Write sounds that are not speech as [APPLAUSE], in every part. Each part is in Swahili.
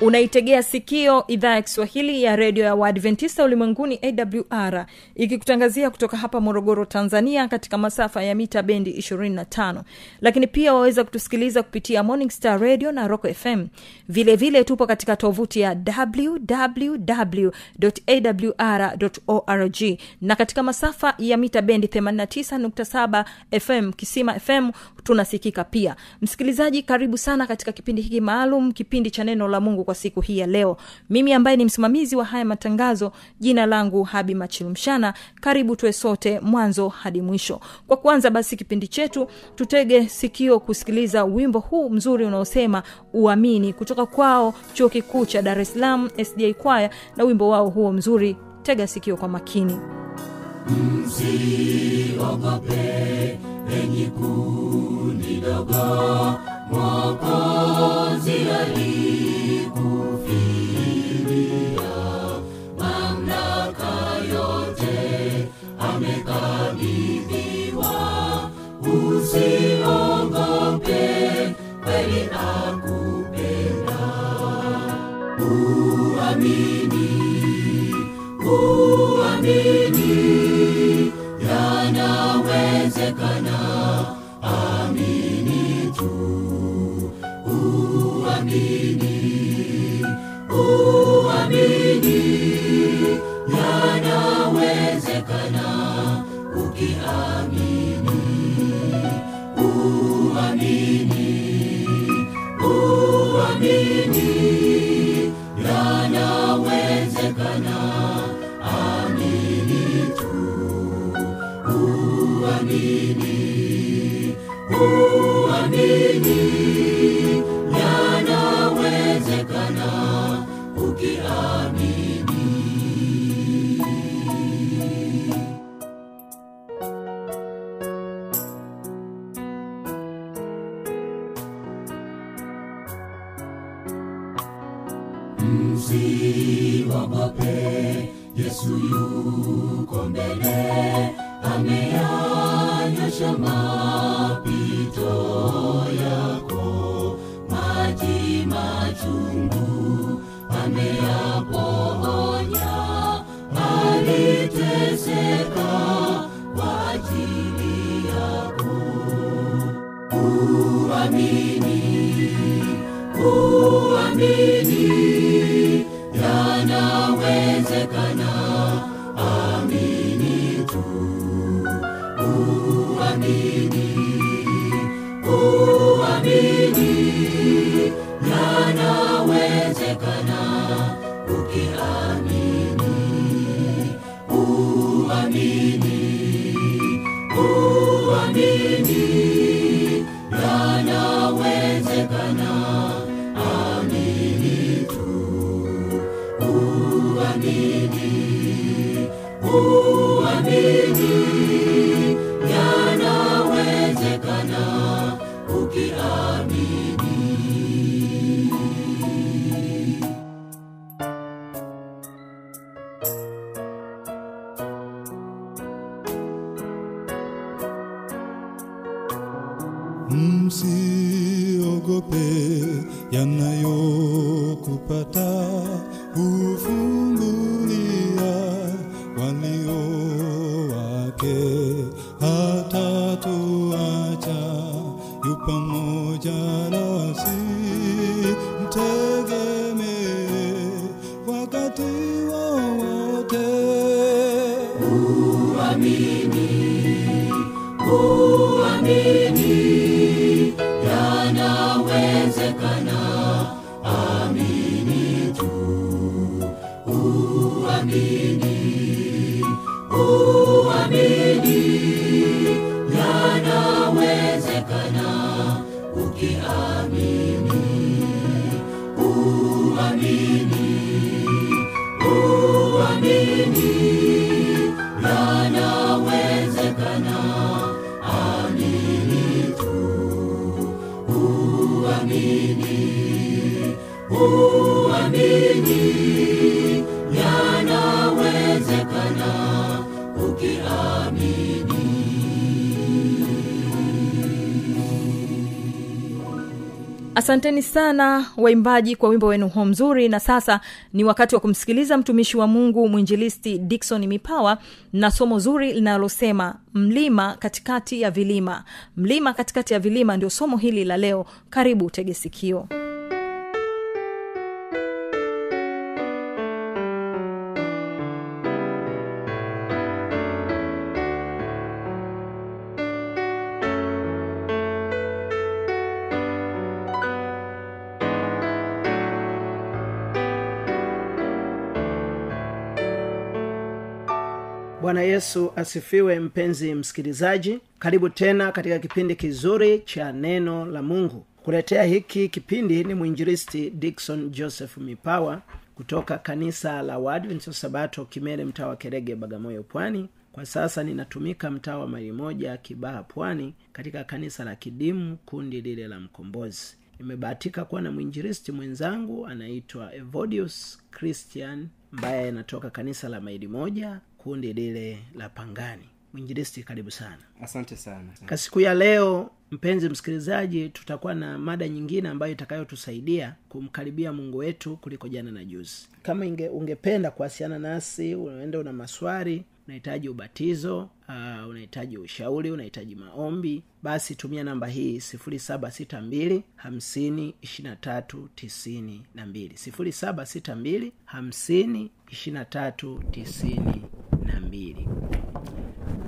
unaitegea sikio idhaa ya kiswahili ya redio ya waadventista ulimwenguni awr ikikutangazia kutoka hapa morogoro tanzania katika masafa ya mita bendi 25 lakini pia waweza kutusikiliza kupitia morning star radio na rock fm vilevile vile tupo katika tovuti ya wwwawr org na katika masafa ya mita bendi 89.7 fm kisima fm tunasikika pia msikilizaji karibu sana katika kipindi hiki maalum kipindi cha neno la mungu kwa siku hii ya leo mimi ambaye ni msimamizi wa haya matangazo jina langu habi machilumshana karibu tuwe sote mwanzo hadi mwisho kwa kuanza basi kipindi chetu tutege sikio kusikiliza wimbo huu mzuri unaosema uamini kutoka kwao chuo kikuu cha dar es salaam sda kwaya na wimbo wao huo mzuri tega sikio kwa makini msiogope enyi kundi dogo mwokozi alikufilia mamlaka yote amekabidhiwa usiogope kweli akupenda uamini uamini yanawezekana amini tu uamini uamini yanawezekana ukiamini uamini uamini yanawezekana amini tu uamini uamini yanawezekana ukiamini msiogope yesu yuko mbele ameanyosha mapito yako maji machungu ameyapohonya aliteseka kwa ajili yako uamini uamini yanawezekana amini tu uamini uamini yanawezekana ukiamini uamini uamini yanawezekana amini tu uamini uamini yanawezekana ukiamini msiogope yanayokupata hufungulia walio wake hatatuacha yu pamoja nasi mtegemee wakati asanteni sana waimbaji kwa wimbo wenu huo mzuri na sasa ni wakati wa kumsikiliza mtumishi wa mungu mwinjilisti dikson mipawa na somo zuri linalosema mlima katikati ya vilima mlima katikati ya vilima ndio somo hili la leo karibu tegesikio bwana yesu asifiwe mpenzi msikilizaji karibu tena katika kipindi kizuri cha neno la mungu kuletea hiki kipindi ni mwinjilisti dikson joseph mipawa kutoka kanisa la waadventista sabato kimere mtaa wa kerege bagamoyo pwani kwa sasa ninatumika mtaa wa marimoja kibaha pwani katika kanisa la kidimu kundi lile la mkombozi nimebahatika kuwa na mwinjilisti mwenzangu anaitwa evodius christian ambaye anatoka kanisa la maili moja kundi lile la pangani mwinjilisti karibu sana asante sana kwa siku ya leo mpenzi msikilizaji tutakuwa na mada nyingine ambayo itakayotusaidia kumkaribia mungu wetu kuliko jana na juzi kama inge, ungependa kuwasiliana nasi unaenda una maswari unahitaji ubatizo uh, unahitaji ushauri unahitaji maombi basi tumia namba hii 762 50 23 92 762 50 23 92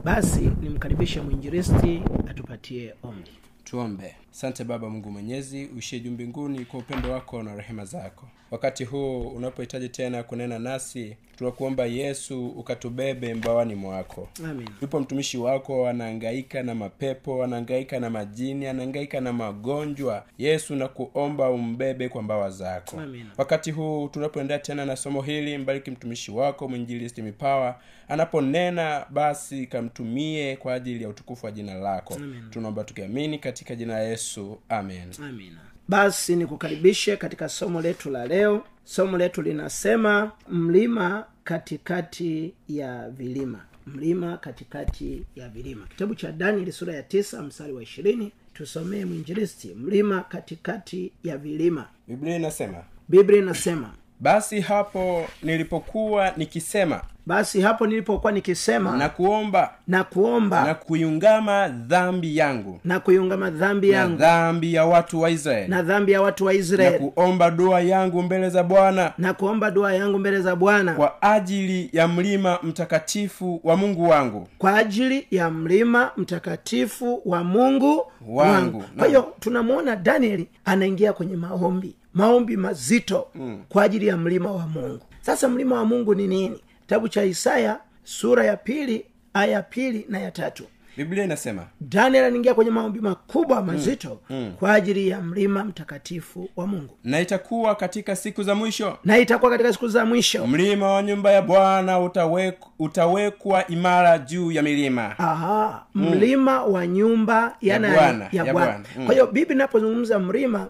basi nimkaribishe mwinjilisti atupatie ombi tuombe asante baba mungu mwenyezi uishie juu mbinguni kwa upendo wako na rehema zako wakati huu unapohitaji tena kunena nasi tunakuomba yesu ukatubebe mbawani mwako amin yupo mtumishi wako anaangaika na mapepo anaangaika na majini anaangaika na magonjwa yesu nakuomba umbebe kwa mbawa zako Amina. wakati huu tunapoendea tena na somo hili mbariki mtumishi wako mwinjilisti mipawa anaponena basi kamtumie kwa ajili ya utukufu wa jina lako tunaomba tukiamini katika jina la yesu amen amina basi nikukaribishe katika somo letu la leo somo letu linasema mlima katikati ya vilima mlima katikati ya vilima kitabu cha danieli sura ya tisa mstari wa ishirini tusomee mwinjilisti mlima katikati ya vilima biblia inasema biblia inasema basi hapo nilipokuwa nikisema basi hapo nilipokuwa nikisema na kuomba na kuomba na na, kuiungama dhambi yangu kuiungama dhambi na yangu na, dhambi ya watu wa israeli dhambi ya watu wa na israeli na, kuomba dua yangu mbele za bwana kuomba dua yangu mbele za bwana kwa, kwa ajili ya mlima mtakatifu wa mungu wangu kwa ajili ya mlima mtakatifu wa mungu Wangu, kwa naam. hiyo tunamwona danieli anaingia kwenye maombi maombi mazito mm. kwa ajili ya mlima wa mungu sasa mlima wa mungu ni nini kitabu cha isaya sura ya pili aya ya pili na ya tatu biblia inasema daniel anaingia kwenye maombi makubwa mazito mm, mm. kwa ajili ya mlima mtakatifu wa mungu na itakuwa katika siku za mwisho na itakuwa katika siku za mwisho mlima wa nyumba ya bwana utawek, utawekwa imara juu ya milima Aha, mlima wa nyumba ya Ya nani? Bwana, ya ya bwana Bwana, mm. kwa hiyo bibi napozungumza mlima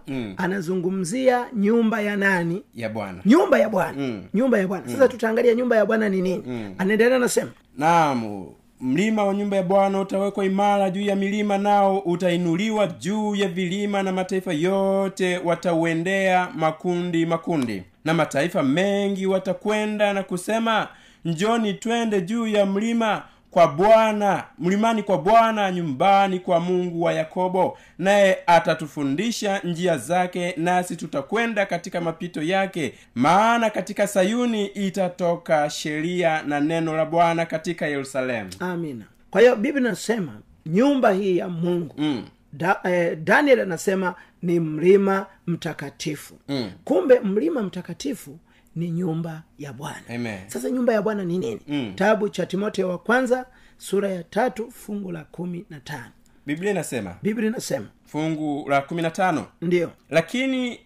anazungumzia nyumba ya nani ya bwana nyumba ya bwana nyumba ya bwana sasa tutaangalia nyumba ya bwana ni nini anaendelea anasema naam mlima wa nyumba ya bwana utawekwa imara juu ya milima nao utainuliwa juu ya vilima na mataifa yote watauendea makundi makundi na mataifa mengi watakwenda na kusema njoni twende juu ya mlima kwa bwana mlimani kwa bwana nyumbani kwa mungu wa yakobo naye atatufundisha njia zake nasi tutakwenda katika mapito yake maana katika sayuni itatoka sheria na neno la bwana katika yerusalemu amina kwa hiyo bibi nasema nyumba hii ya mungu mm. da, eh, daniel anasema ni mlima mtakatifu mm. kumbe mlima mtakatifu ni nyumba ya bwana Amen. sasa nyumba ya bwana ni nini mm. kitabu cha timotheo wa kwanza sura ya tatu fungu la kumi na tano biblia inasema biblia inasema fungu la 15 ndiyo lakini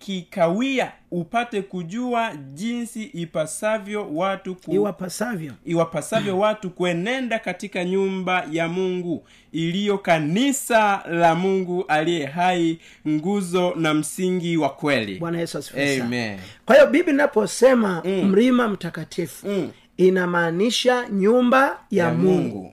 nikikawia upate kujua jinsi ipasavyo watu ku... iwapasavyo iwapasavyo watu kuenenda katika nyumba ya mungu iliyo kanisa la mungu aliye hai nguzo na msingi wa kweli bwana yesu asifiwe sana. Amen. kwa hiyo bibi naposema mm. mlima mtakatifu mm. inamaanisha nyumba ya, Ya mungu. Mungu. Mm.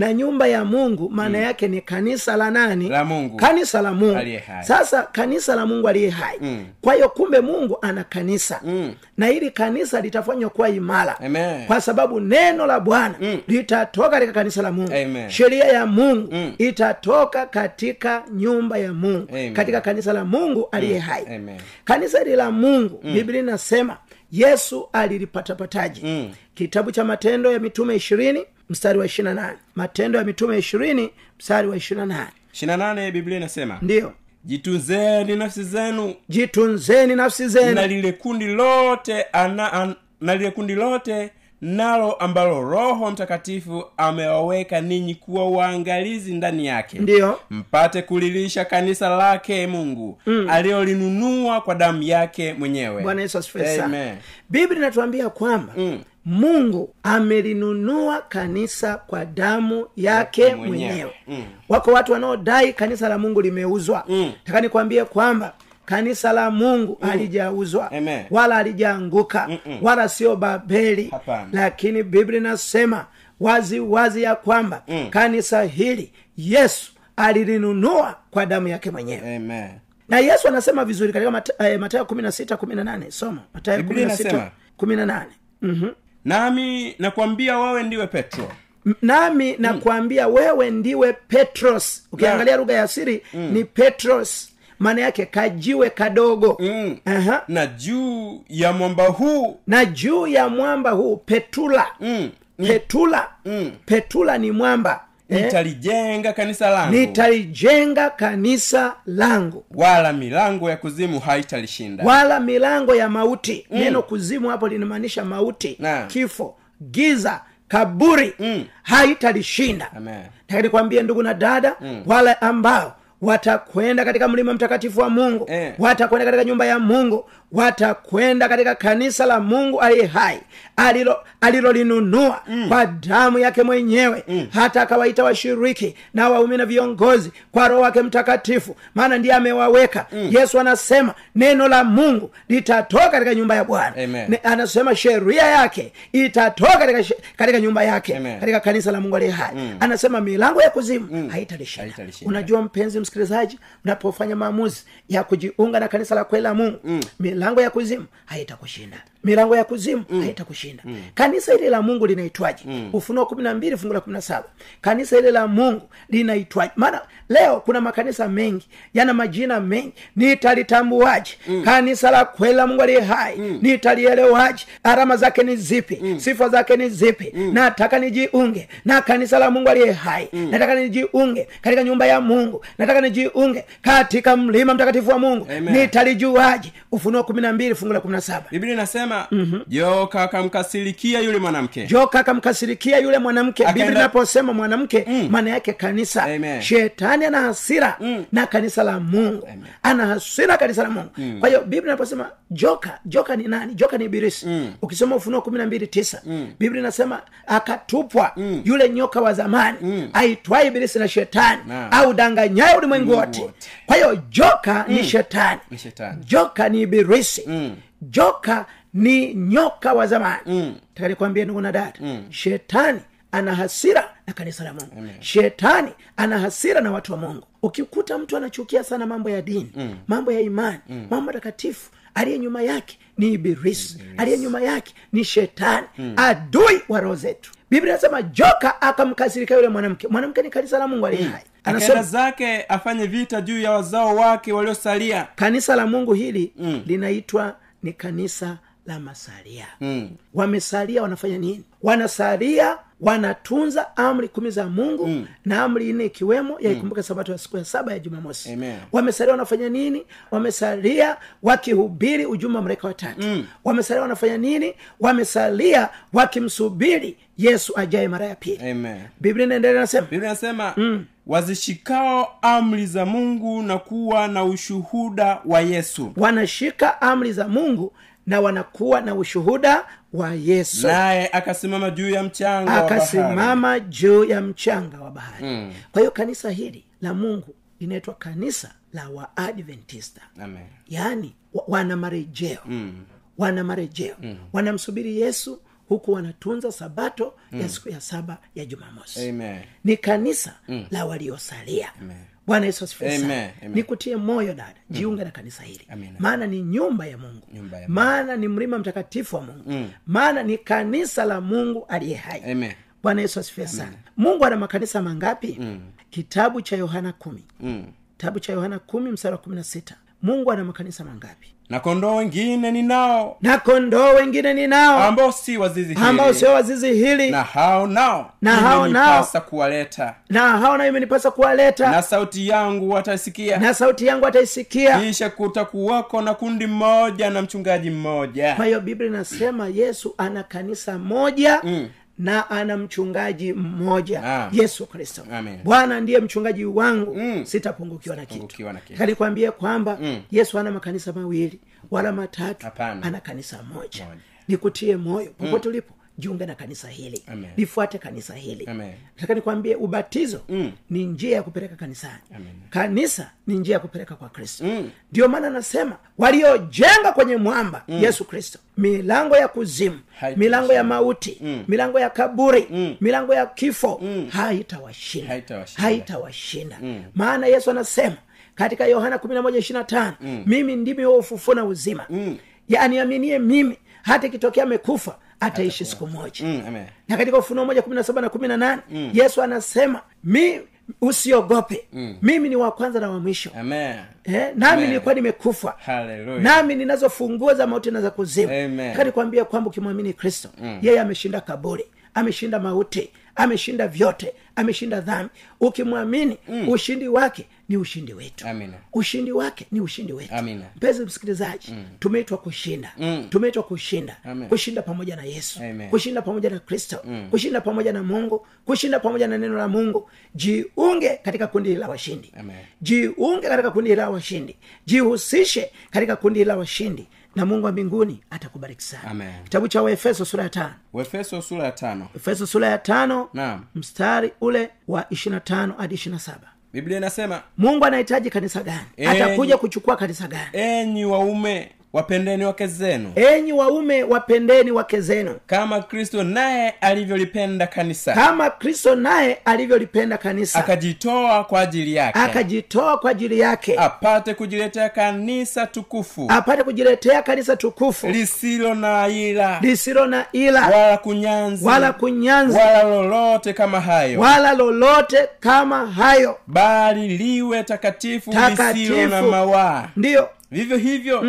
na nyumba ya mungu maana yake ni kanisa la nani la mungu kanisa la mungu Aliye hai. sasa kanisa la mungu aliye hai Mm. kwa hiyo kumbe mungu ana kanisa Mm. na hili kanisa litafanywa kuwa imara Amen. kwa sababu neno la bwana Mm. litatoka katika kanisa la mungu Amen. sheria ya mungu Mm. itatoka katika nyumba ya mungu Amen. katika kanisa la mungu aliye Mm. hai Amen. kanisa hili la mungu mm. biblia inasema yesu alilipatapataje Mm. kitabu cha matendo ya mitume ishirini mstari wa ishirina nane matendo ya mitume ishirini mstari wa ishirina nane 28 biblia inasema ndiyo jitunzeni nafsi zenu jitunzeni nafsi na zenu lile kundi lote ana, an, na lile kundi lote nalo ambalo roho mtakatifu amewaweka ninyi kuwa waangalizi ndani yake ndiyo mpate kulilisha kanisa lake mungu mm. aliyolinunua kwa damu yake mwenyewe bwana yesu asifiwe sana Amen. biblia inatuambia kwamba Mm. mungu amelinunua kanisa kwa damu yake Yake mwenyewe. mwenyewe Mm. wako watu wanaodai kanisa la mungu limeuzwa Mm. taka nikwambie kwamba kanisa la mungu halijauzwa Amen. wala halijaanguka Mm-mm. wala sio babeli Hapana. lakini biblia inasema wazi wazi ya kwamba Mm. kanisa hili yesu alilinunua kwa damu yake mwenyewe Amen. na yesu anasema vizuri katika Mat- eh, matayo 16 18 soma matayo Biblia 16 inasema. 18 Mhm. nami nakwambia wewe ndiwe petro M- nami Mm. nakwambia wewe ndiwe petros ukiangalia lugha ya asiri Mm. ni petros maana yake kajiwe kadogo Mm. Aha. na juu ya mwamba huu na juu ya mwamba huu petula mm, Eh? petula Mm. petula ni mwamba eh? nitalijenga kanisa langu nitalijenga kanisa langu wala milango ya kuzimu haitalishinda wala milango ya mauti mm. neno kuzimu hapo linamaanisha mauti Naam. kifo giza kaburi Mm. haitalishinda Amen. taka nikwambie ndugu na dada mm. wale ambao watakwenda katika mlima mtakatifu wa mungu Eh. watakwenda katika nyumba ya mungu watakwenda katika kanisa la mungu aliye hai alilo- alilolinunua mm. kwa damu yake mwenyewe mm. hata akawaita washiriki na waumi na viongozi kwa roho wake mtakatifu maana ndiye amewaweka mm. yesu anasema neno la mungu litatoka katika nyumba ya bwana Amen. Ne- anasema sheria yake itatoka katika, she- katika nyumba yake Amen. katika kanisa la mungu aliye hai anasema milango ya kuzimu mm. Haitalishinda. unajua mpenzi msikilizaji unapofanya maamuzi ya kujiunga na kanisa la kweli la mungu mm. milango ya kuzimu haitakushinda milango ya kuzimu mm. haitakushinda mm. kanisa hili la mungu linaitwaje mm. ufunuo kumi na mbili fungu la kumi na saba kanisa hili la mungu linaitwaje maana leo kuna makanisa mengi yana majina mengi nitalitambuaje mm. kanisa la kweli la mungu aliye hai mm. nitalielewaje alama zake ni zipi mm. sifa zake ni zipi mm. nataka nijiunge na kanisa la mungu aliye hai mm. nataka nijiunge katika nyumba ya mungu nataka nijiunge katika mlima mtakatifu wa mungu Amen. nitalijuaje ufunuo kumi na mbili fungu la kumi na saba biblia inasema Mhm. mm-hmm. joka akamkasirikia yule mwanamke joka akamkasirikia yule mwanamke Akaenda- biblia inaposema mwanamke Mm. maana yake kanisa Amen. shetani ana hasira Mm. na kanisa la mungu ana hasira kanisa la mungu Mm. kwa hiyo biblia inaposema joka joka ni nani joka ni ibilisi Mm. ukisoma ufunuo kumi na mbili tisa biblia inasema akatupwa Mm. yule nyoka wa zamani aitwaye ibilisi na shetani Naam. au danganyaye ulimwengu Mungu wote wote. Mm. kwa hiyo joka ni shetani Ni shetani. Mm. joka ni ibilisi joka ni nyoka wa zamani mm. taka nikwambie ndugu na dada mm. shetani ana hasira na kanisa la mungu Amen. shetani ana hasira na watu wa mungu ukikuta mtu anachukia sana mambo ya dini mm. mambo ya imani mm. mambo takatifu aliye nyuma yake ni ibilisi aliye nyuma yake ni shetani mm. adui wa roho zetu biblia inasema joka akamkasirika yule mwanamke mwanamke ni kanisa la mungu aliye hai akaenda zake afanye vita juu ya wazao wake waliosalia kanisa la mungu hili mm. linaitwa ni kanisa la masalia mm. wamesalia wanafanya nini wanasalia wanatunza amri kumi za mungu mm. na amri nne ikiwemo yaikumbuka sabato ya siku ya saba ya jumamosi Amen. wamesalia wanafanya nini wamesalia wakihubiri ujumbe wa malaika watatu mm. wamesalia wanafanya nini wamesalia wakimsubiri yesu ajaye mara ya pili Amen. biblia inaendelea nasema biblia inasema mm. wazishikao amri za mungu na kuwa na ushuhuda wa yesu wanashika amri za mungu na wanakuwa na ushuhuda wa yesu naye akasimama juu ya mchanga wa bahari. akasimama juu ya mchanga wa bahari mm. kwa hiyo kanisa hili la mungu linaitwa kanisa la waadventista Amen. yaani wa, wana marejeo mm. wana marejeo mm. wanamsubiri yesu huku wanatunza sabato mm. ya siku ya saba ya jumamosi Amen. ni kanisa mm. la waliosalia bwana yesu asifiwe Amen, sana. amen. nikutie moyo dada jiunga na kanisa hili Amina. maana ni nyumba ya mungu Nyumba ya Mungu. maana ni mlima mtakatifu wa mungu Mm. maana ni kanisa la mungu aliye hai Amen. bwana yesu asifiwe sana mungu ana makanisa mangapi mm. kitabu cha yohana kumi Mm. kitabu cha yohana kumi msara wa kumi na sita mungu ana makanisa mangapi na kondoo wengine ninao na kondoo wengine ni nao ambao si wazizi hili, ambao sio wazizi hili na hao nao Na hao nao- imenipasa kuwaleta na hao nayo imenipasa kuwaleta na na, sauti yangu watasikia na sauti yangu ataisikia kisha kutakuwako na kundi moja na mchungaji mmoja kwa hiyo biblia inasema yesu ana kanisa moja Mm. na ana mchungaji mmoja Ah. yesu kristo Amen. bwana ndiye mchungaji wangu Mm. sitapungukiwa na kitu Pungukiwa na kitu. Nataka nikwambie kwamba Mm. yesu ana makanisa mawili wala matatu Hapana. ana kanisa moja Moja. Mm. nikutie moyo popote ulipo jiunge na kanisa hili Amen. lifuate kanisa hili Amen. nataka nikwambie ubatizo Mm. ni njia ya kupeleka kanisani Amen. kanisa ni njia ya kupeleka kwa kristo Mm. ndio maana anasema waliojenga kwenye mwamba mm. yesu kristo milango ya kuzimu Haitawashinda. milango ya mauti Mm. milango ya kaburi Mm. milango ya kifo Mm. haitawashinda Haitawashinda. haitawashinda Mm. maana yesu anasema katika yohana 11:25 mm. mimi ndimi wa ufufuo na uzima Mm. yaaniaminie mimi hata ikitokea amekufa ataishi siku moja Mm, amen. na katika ufunuo moja kumi na saba na kumi na nane Mm. yesu anasema mi usiogope mm. mimi ni wa kwanza na wa mwisho Amen. eh, nami Amen. nilikuwa nimekufa Hallelujah. nami ninazo funguo za mauti na za kuzimu Amen. kanikwambia kwamba ukimwamini kristo mm. yeye ameshinda kaburi ameshinda mauti ameshinda vyote ameshinda dhambi ukimwamini mm. ushindi wake ni ushindi wetu Amina. ushindi wake ni ushindi wetu Amina. mpenzi msikilizaji mm. tumeitwa kushinda Mm. tumeitwa kushinda Amen. kushinda pamoja na yesu Amen. kushinda pamoja na kristo mm. kushinda pamoja na mungu kushinda pamoja na neno la mungu jiunge katika kundi la washindi Amen. jiunge katika kundi la washindi jihusishe katika kundi la washindi na mungu wa mbinguni atakubariki Amen. sana kitabu cha waefeso sura ya tano Waefeso sura ya tano. efeso sura ya tano Naam. mstari ule wa ishirina tano hadi ishirina saba Biblia inasema, mungu anahitaji kanisa gani Enyi- atakuja kuchukua kanisa gani enyi waume wapendeni wake zenu enyi waume wapendeni wake zenu kama Kristo naye alivyolipenda kanisa kama kristo naye alivyolipenda kanisa akajitoa kwa ajili yake Ah. akajitoa kwa ajili yake apate kujiletea kanisa tukufu apate kujiletea kanisa tukufu lisilo na ila lisilo na ila wala kunyanzi wala kunyanzi wala lolote kama hayo wala lolote kama hayo bali liwe takatifu lisilo na takatifu mawaa ndiyo vivyo hivyo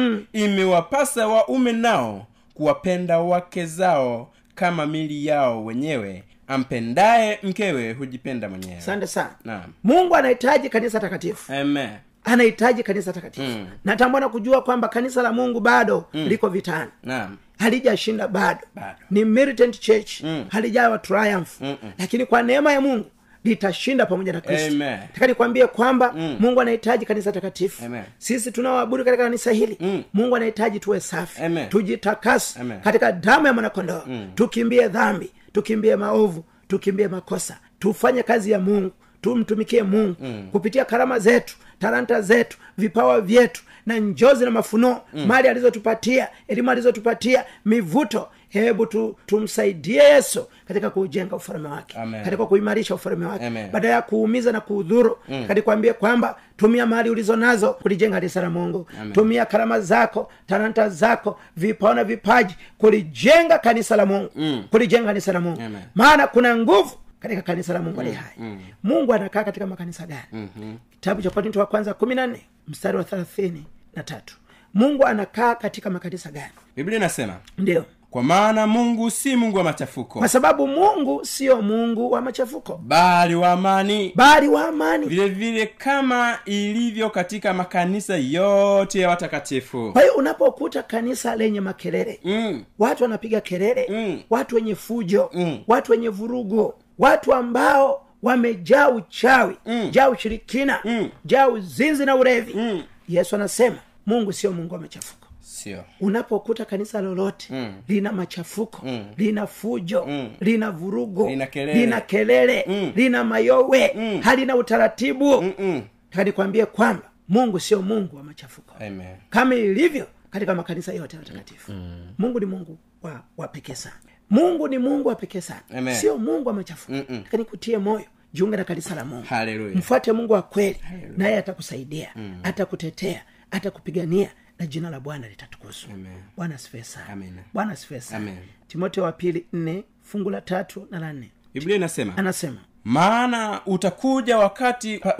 imewapasa waume nao kuwapenda wake zao kama mili yao wenyewe ampendaye mkewe hujipenda mwenyewe asante sana naam mungu anahitaji kanisa takatifu amen anahitaji kanisa takatifu Mm. natambua na kujua kwamba kanisa la mungu bado liko vitani naam halijashinda bado. Bado. ni militant church Mm. halijawa triumph Mm-mm. lakini kwa neema ya mungu litashinda pamoja na kristo Amen. taka nikwambie kwamba Mm. mungu anahitaji kanisa takatifu Amen. sisi tunaoabudu katika kanisa hili Mm. mungu anahitaji tuwe safi Amen. tujitakase Amen. Mm. katika damu ya mwanakondoo tukimbie dhambi tukimbie maovu tukimbie makosa tufanye kazi ya mungu tumtumikie mungu mm. kupitia karama zetu talanta zetu vipawa vyetu na njozi na mafunuo mm. mali alizotupatia elimu alizotupatia mivuto hebu tu, tumsaidie yesu katika kuujenga ufalme wake Amen. katika kuimarisha ufalme wake Amen. badala ya kuumiza na kuudhuru mm. kanikwambie kwamba tumia mali ulizonazo kulijenga kanisa la mungu Amen. tumia karama zako talanta zako vipawa na vipaji kulijenga kanisa la mungu Mm. kulijenga kanisa la mungu Amen. Mm. maana kuna nguvu katika kanisa la mungu ali hai mungu anakaa katika makanisa gani Mhm. kitabu cha korinto wa kwanza kumi na nne mstari wa thelathini na tatu mungu anakaa katika makanisa gani biblia inasema ndio kwa maana mungu si mungu wa machafuko kwa sababu mungu sio mungu wa machafuko bali wa amani bali wa amani vile vile kama ilivyo katika makanisa yote ya watakatifu kwa hiyo unapokuta kanisa lenye makelele mm. watu wanapiga kelele Mm. watu wenye fujo Mm. watu wenye vurugu watu ambao wamejaa uchawi Mm. jaa ushirikina Mm. jaa uzinzi na urevi Mm. yesu anasema mungu sio mungu wa machafuko sio unapokuta kanisa lolote Mm. lina machafuko Mm. lina fujo Mm. lina vurugu Lina kelele. lina, kelele, Mm. lina mayowe Mm. halina utaratibu Mm-mm. taka nikwambie kwamba mungu sio mungu wa machafuko amen kama ilivyo katika makanisa yote ya watakatifu mm. mungu ni mungu wa, wa pekee sana mungu ni mungu wa pekee sana Amen. sio mungu wa machafuko Mm-mm. lakini kutie moyo jiunge na kanisa la mungu haleluya mfuate mungu wa kweli naye atakusaidia Mm. atakutetea atakupigania na jina la bwana litatukuzwa Amen. bwana asifiwe sana Amina. bwana asifiwe sana Amen. timoteo wa pili nne fungu la tatu na la nne biblia inasema anasema maana utakuja wakati pa-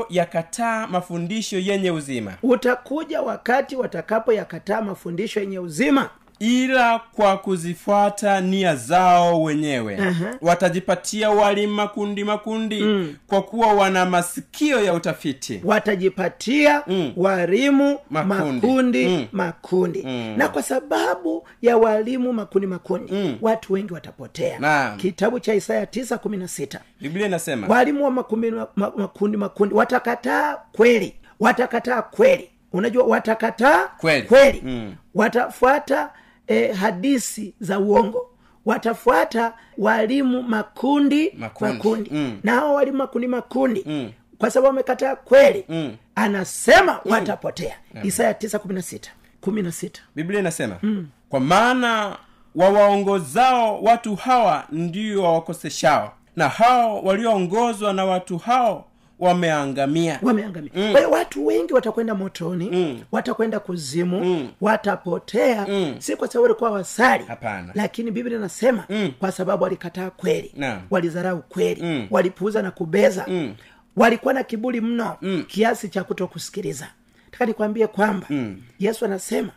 watakapoyakataa mafundisho yenye uzima utakuja wakati watakapoyakataa mafundisho yenye uzima ila kwa kuzifuata nia zao wenyewe Aha. Mm. watajipatia walimu makundi makundi kwa kuwa wana masikio ya utafiti watajipatia Mm. walimu makundi Makundi. makundi, Mm. makundi. na kwa sababu ya walimu makundi makundi Mm. watu wengi watapotea Naam. kitabu cha isaya 9:16 biblia inasema walimu wa makundi ma- ma- makundi, makundi watakataa kweli watakataa kweli unajua watakataa Kweli. kweli. Mm. watafuata eh, hadisi za uongo watafuata walimu makundi Makundi. Mm. na hawa walimu makundi makundi Mm. kwa sababu wamekataa kweli Mm. anasema watapotea isaya 9:16 16 biblia inasema Mm. kwa maana wawaongozao watu hawa ndio wawakoseshao na hao walioongozwa na watu hao wameangamia wameangamia Mm. kwa hiyo watu wengi watakwenda motoni Mm. watakwenda kuzimu Mm. watapotea Mm. si kwa sababu walikuwa wasali Hapana. lakini biblia inasema Mm. kwa sababu walikataa kweli Naam. walidharau kweli Mm. walipuuza na kubeza Mm. walikuwa na kiburi mno Mm. kiasi cha kutokusikiliza taka nikwambie kwamba mm. yesu anasema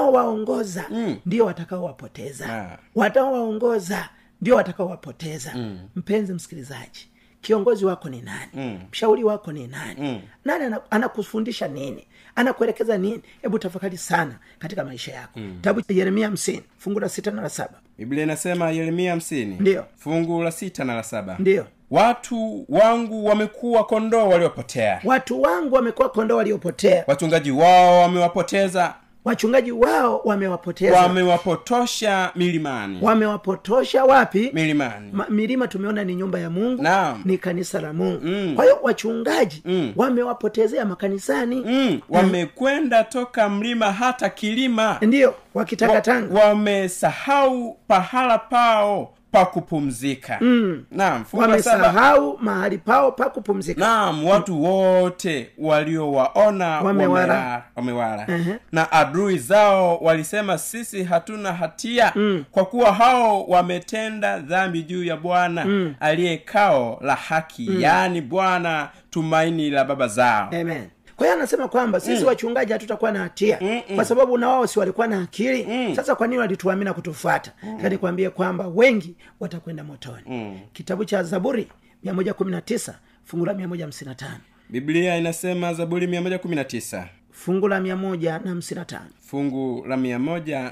wanaowaongoza Mm. ndio watakaowapoteza Ah. wataowaongoza ndio watakaowapoteza mm. mpenzi msikilizaji kiongozi wako ni nani mm. mshauri wako ni nani mm. nani ana- anakufundisha nini anakuelekeza nini hebu tafakari sana katika maisha yako mm. tabu yeremia hamsini fungu la sita na la saba biblia inasema yeremia hamsini Ndiyo. fungu la sita na la saba ndiyo watu wangu wamekuwa kondoo waliopotea watu wangu wamekuwa kondoo waliopotea wachungaji wao wamewapoteza wachungaji wao wamewapoteza wamewapotosha milimani wamewapotosha wapi milimani Ma, milima tumeona ni nyumba ya mungu Naam. ni kanisa la mungu Mm. kwa hiyo wachungaji Mm. wamewapotezea makanisani mm, wamekwenda toka mlima hata kilima ndiyo wakitangatanga Wa- wamesahau pahala pao pa kupumzika mm. naam fungu la saba wamesahau mahali pao pa kupumzika naam watu wote waliowaona Wamewala. wamela- wamewala Ehe. na adui zao walisema sisi hatuna hatia mm. kwa kuwa hao wametenda dhambi juu ya bwana mm. aliyekao la haki mm. Eh. yaani bwana tumaini la baba zao amen kwa hiyo anasema kwamba sisi Mm. wachungaji hatutakuwa na hatia kwa sababu na wao si walikuwa na akili Mm. sasa kwa nini walituamini na kutufuata mm. nikwambie kwamba wengi watakwenda motoni Mm. kitabu cha zaburi 119 fungu la 155 biblia inasema zaburi 119 fungu la 155 fungu la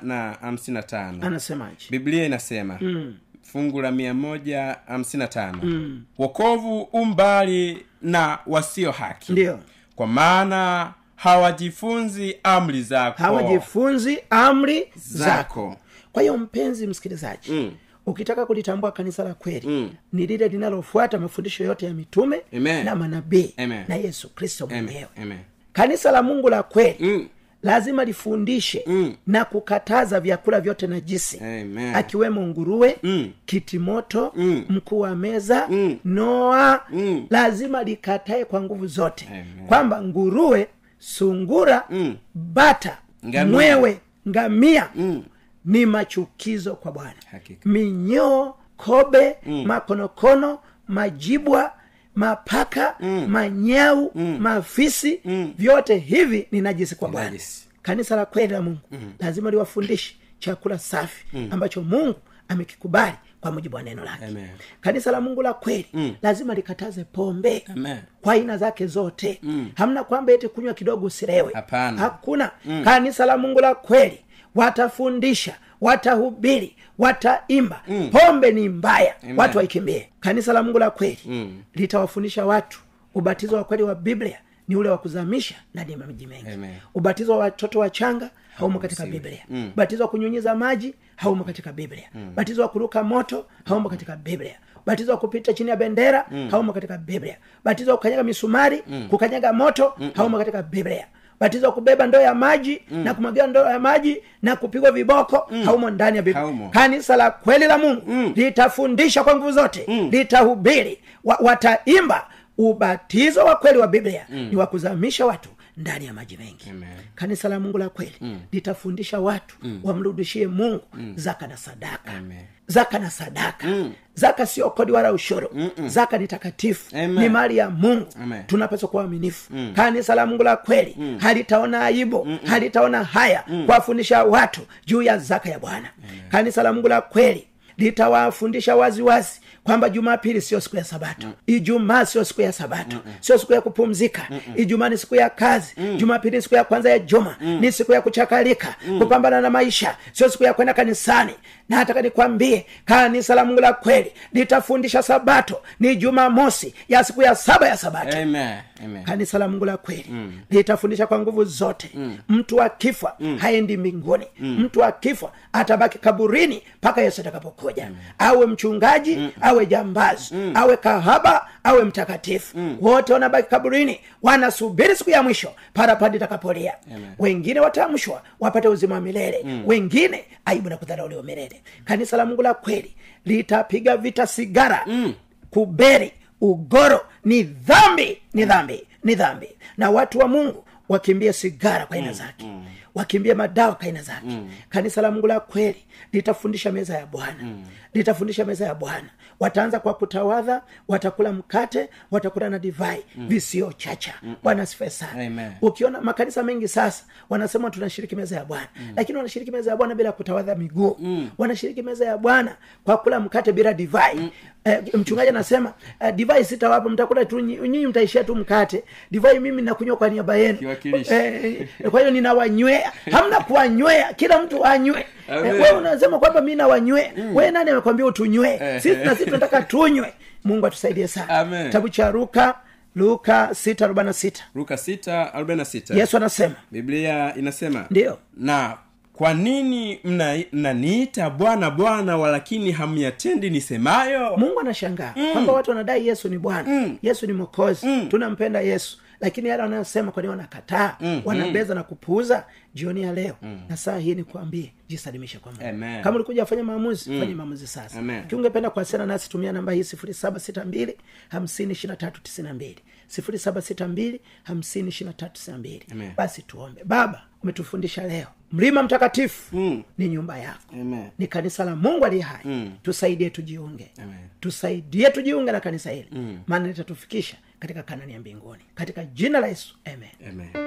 155 anasemaje biblia inasema mm. fungu la 155 mm. wokovu umbali na wasio haki ndiyo kwa maana hawajifunzi amri zako hawajifunzi amri zako zako kwa hiyo mpenzi msikilizaji mm. ukitaka kulitambua kanisa la kweli mm. ni lile linalofuata mafundisho yote ya mitume Amen. na manabii Amen. na yesu kristo Amen. mwenyewe Amen. kanisa la mungu la kweli Mm. lazima lifundishe Mm. na kukataza vyakula vyote najisi Amen. akiwemo nguruwe Mm. kitimoto Mm. mkuu wa meza Mm. noa Mm. lazima likatae kwa nguvu zote Amen. kwamba nguruwe sungura Mm. bata Ngamia. mwewe ngamia Mm. ni machukizo kwa bwana Hakika. minyoo kobe mm. makonokono majibwa mapaka mm. manyau mm. mafisi mm. vyote hivi ni najisi kwa bwana najisi. kanisa la kweli la mungu mm. lazima liwafundishe chakula safi mm. ambacho mungu amekikubali kwa mujibu wa neno lake Amen. kanisa la mungu la kweli mm. lazima likataze pombe Amen. kwa aina zake zote mm. hamna kwamba eti kunywa kidogo usilewe Hapana. hakuna mm. kanisa la mungu la kweli watafundisha watahubiri wataimba mm. pombe ni mbaya Amen. watu waikimbie kanisa la mungu la kweli mm. litawafundisha watu ubatizo wa kweli wa biblia ni ule wa kuzamisha na ni maji mengi Amen. ubatizo wa watoto wachanga haumo katika biblia mm. batizo wa kunyunyiza maji haumo katika biblia mm. batizo wa kuruka moto haumo katika biblia batizo wa kupita chini ya bendera mm. haumo katika biblia batizo wa kukanyaga misumari mm. kukanyaga moto mm. haumo katika biblia ubatizo wa kubeba ndoo ya maji mm. na kumwagia ndoo ya maji na kupigwa viboko mm. haumo ndani ya biblia Haumo. kanisa la kweli la mungu mm. litafundisha kwa nguvu zote mm. litahubiri wa, wataimba ubatizo wa kweli wa biblia mm. ni wa kuzamisha watu ndani ya maji mengi Amen. kanisa la mungu la kweli mm. litafundisha watu mm. wamrudishie mungu mm. zaka na sadaka Amen. zaka na sadaka mm. zaka sio kodi wala ushuru Mm-mm. zaka ni takatifu Amen. ni mali ya mungu Amen. tunapaswa kuwa waaminifu Eh. mm. kanisa la mungu la kweli mm. halitaona aibu Mm-mm. halitaona haya mm. kuwafundisha watu juu ya zaka ya bwana kanisa la mungu la kweli litawafundisha wazi wazi kwamba jumapili sio siku ya sabato mm. ijumaa sio siku ya sabato Mm-mm. sio siku ya kupumzika Mm-mm. ijumaa ni siku ya kazi mm. jumapili ni siku ya kwanza ya juma mm. ni siku ya kuchakalika mm. kupambana na maisha sio siku ya kwenda kanisani na nataka nikwambie kanisa la mungu la kweli litafundisha sabato ni jumamosi ya siku ya saba ya sabato Amen. Amen. kanisa la mungu la kweli mm. litafundisha kwa nguvu zote mm. mtu akifwa mm. haendi mbinguni mm. mtu akifwa atabaki kaburini mpaka yesu atakapokuja mm. awe mchungaji mm. awe jambazi mm. awe kahaba awe mtakatifu mm. wote wanabaki kaburini wanasubiri siku ya mwisho parapadi itakapolia wengine wataamshwa wapate uzima wa milele mm. wengine aibu na kudharauliwa milele kanisa la mungu la kweli litapiga vita sigara mm. kuberi ugoro ni dhambi ni dhambi ni dhambi na watu wa mungu wakimbie sigara kwa aina zake mm, wakimbie madawa kwa aina zake mm. kanisa la mungu la kweli litafundisha meza ya bwana mm. litafundisha meza ya bwana wataanza kwa kutawadha watakula mkate watakula na divai mm. visio chacha bwana mm. asifue Amen. sana ukiona makanisa mengi sasa wanasema tunashiriki meza ya bwana mm. lakini wanashiriki meza ya bwana bila kutawadha miguu mm. wanashiriki meza ya bwana kwa kula mkate bila divai mm. eh, mchungaji anasema eh, divai sitawapa mtakula tu nyi- nyinyi mtaishia tu mkate divai mimi nakunywa kwa niaba yenu Kiwakilishi. eh, eh, kwa hiyo [LAUGHS] ninawanywea hamna kuwanywea kila mtu anywe eh, Amen. wewe unasema kwamba mi nawanywea mm. Eh, wee nani amekwambia utunywee sisi na sisi tunataka tunywe mungu atusaidie sana Amen. kitabu cha luka luka 646 luka 646 yesu anasema biblia inasema ndio na kwa nini mna- mnaniita bwana bwana walakini hamyatendi nisemayo mungu anashangaa mm. kwamba watu wanadai yesu ni bwana Mm. yesu ni mwokozi Mm. tunampenda yesu lakini yale wanayosema kwani wanakataa mm. wanabeza na kupuuza jioni ya leo mm. na saa hii nikuambie jisalimishe kwa Amen. mungu kama ulikuja afanya maamuzi mm. fanye maamuzi sasa Amen. kiungependa kuwasiliana nasi tumia namba hii sifuri saba sita mbili hamsini ishirina tatu tisina mbili sifuri saba sita mbili hamsini ishirina tatu tisina mbili Amen. basi tuombe baba umetufundisha leo mlima mtakatifu Mm. ni nyumba yako Amen. ni kanisa la mungu aliye hai mm. tusaidie tujiunge Amen. tusaidie tujiunge na kanisa hili mm. maana litatufikisha katika kanani ya mbinguni katika jina la yesu amen Amen.